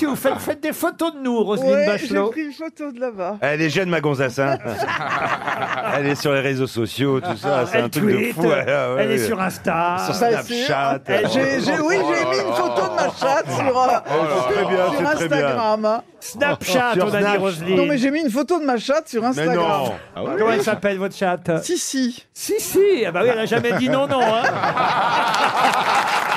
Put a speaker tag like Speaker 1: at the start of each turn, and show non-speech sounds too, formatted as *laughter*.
Speaker 1: que vous faites Faites des photos de nous, Roselyne
Speaker 2: Ouais,
Speaker 1: Bachelot.
Speaker 2: J'ai pris une photo de là-bas.
Speaker 3: Elle est jeune, ma
Speaker 1: *laughs*
Speaker 3: gonzassin. elle est sur les réseaux sociaux, tout ça. C'est
Speaker 1: Elle
Speaker 3: un truc de
Speaker 1: tweet,
Speaker 3: fou. ouais, ouais,
Speaker 1: elle est
Speaker 3: ouais.
Speaker 1: sur Insta.
Speaker 3: Sur
Speaker 2: Ça,
Speaker 3: Snapchat.
Speaker 2: c'est- Eh, j'ai- j'ai- oui, j'ai mis une photo de ma
Speaker 3: Oh,
Speaker 2: chatte sur, euh,
Speaker 3: c'est oh, très bien,
Speaker 2: sur
Speaker 3: c'est très bien.
Speaker 2: Instagram. hein.
Speaker 1: Snapchat,
Speaker 3: Sur
Speaker 1: on a dit
Speaker 3: Snapchat.
Speaker 1: Roselyne.
Speaker 2: Non, mais j'ai mis une photo de ma chatte sur
Speaker 3: Mais
Speaker 2: Instagram.
Speaker 3: non.
Speaker 1: Comment elle s'appelle, votre chatte
Speaker 2: Si, si. *laughs*
Speaker 1: Si, si. Ah bah oui, elle a jamais dit non, non. hein.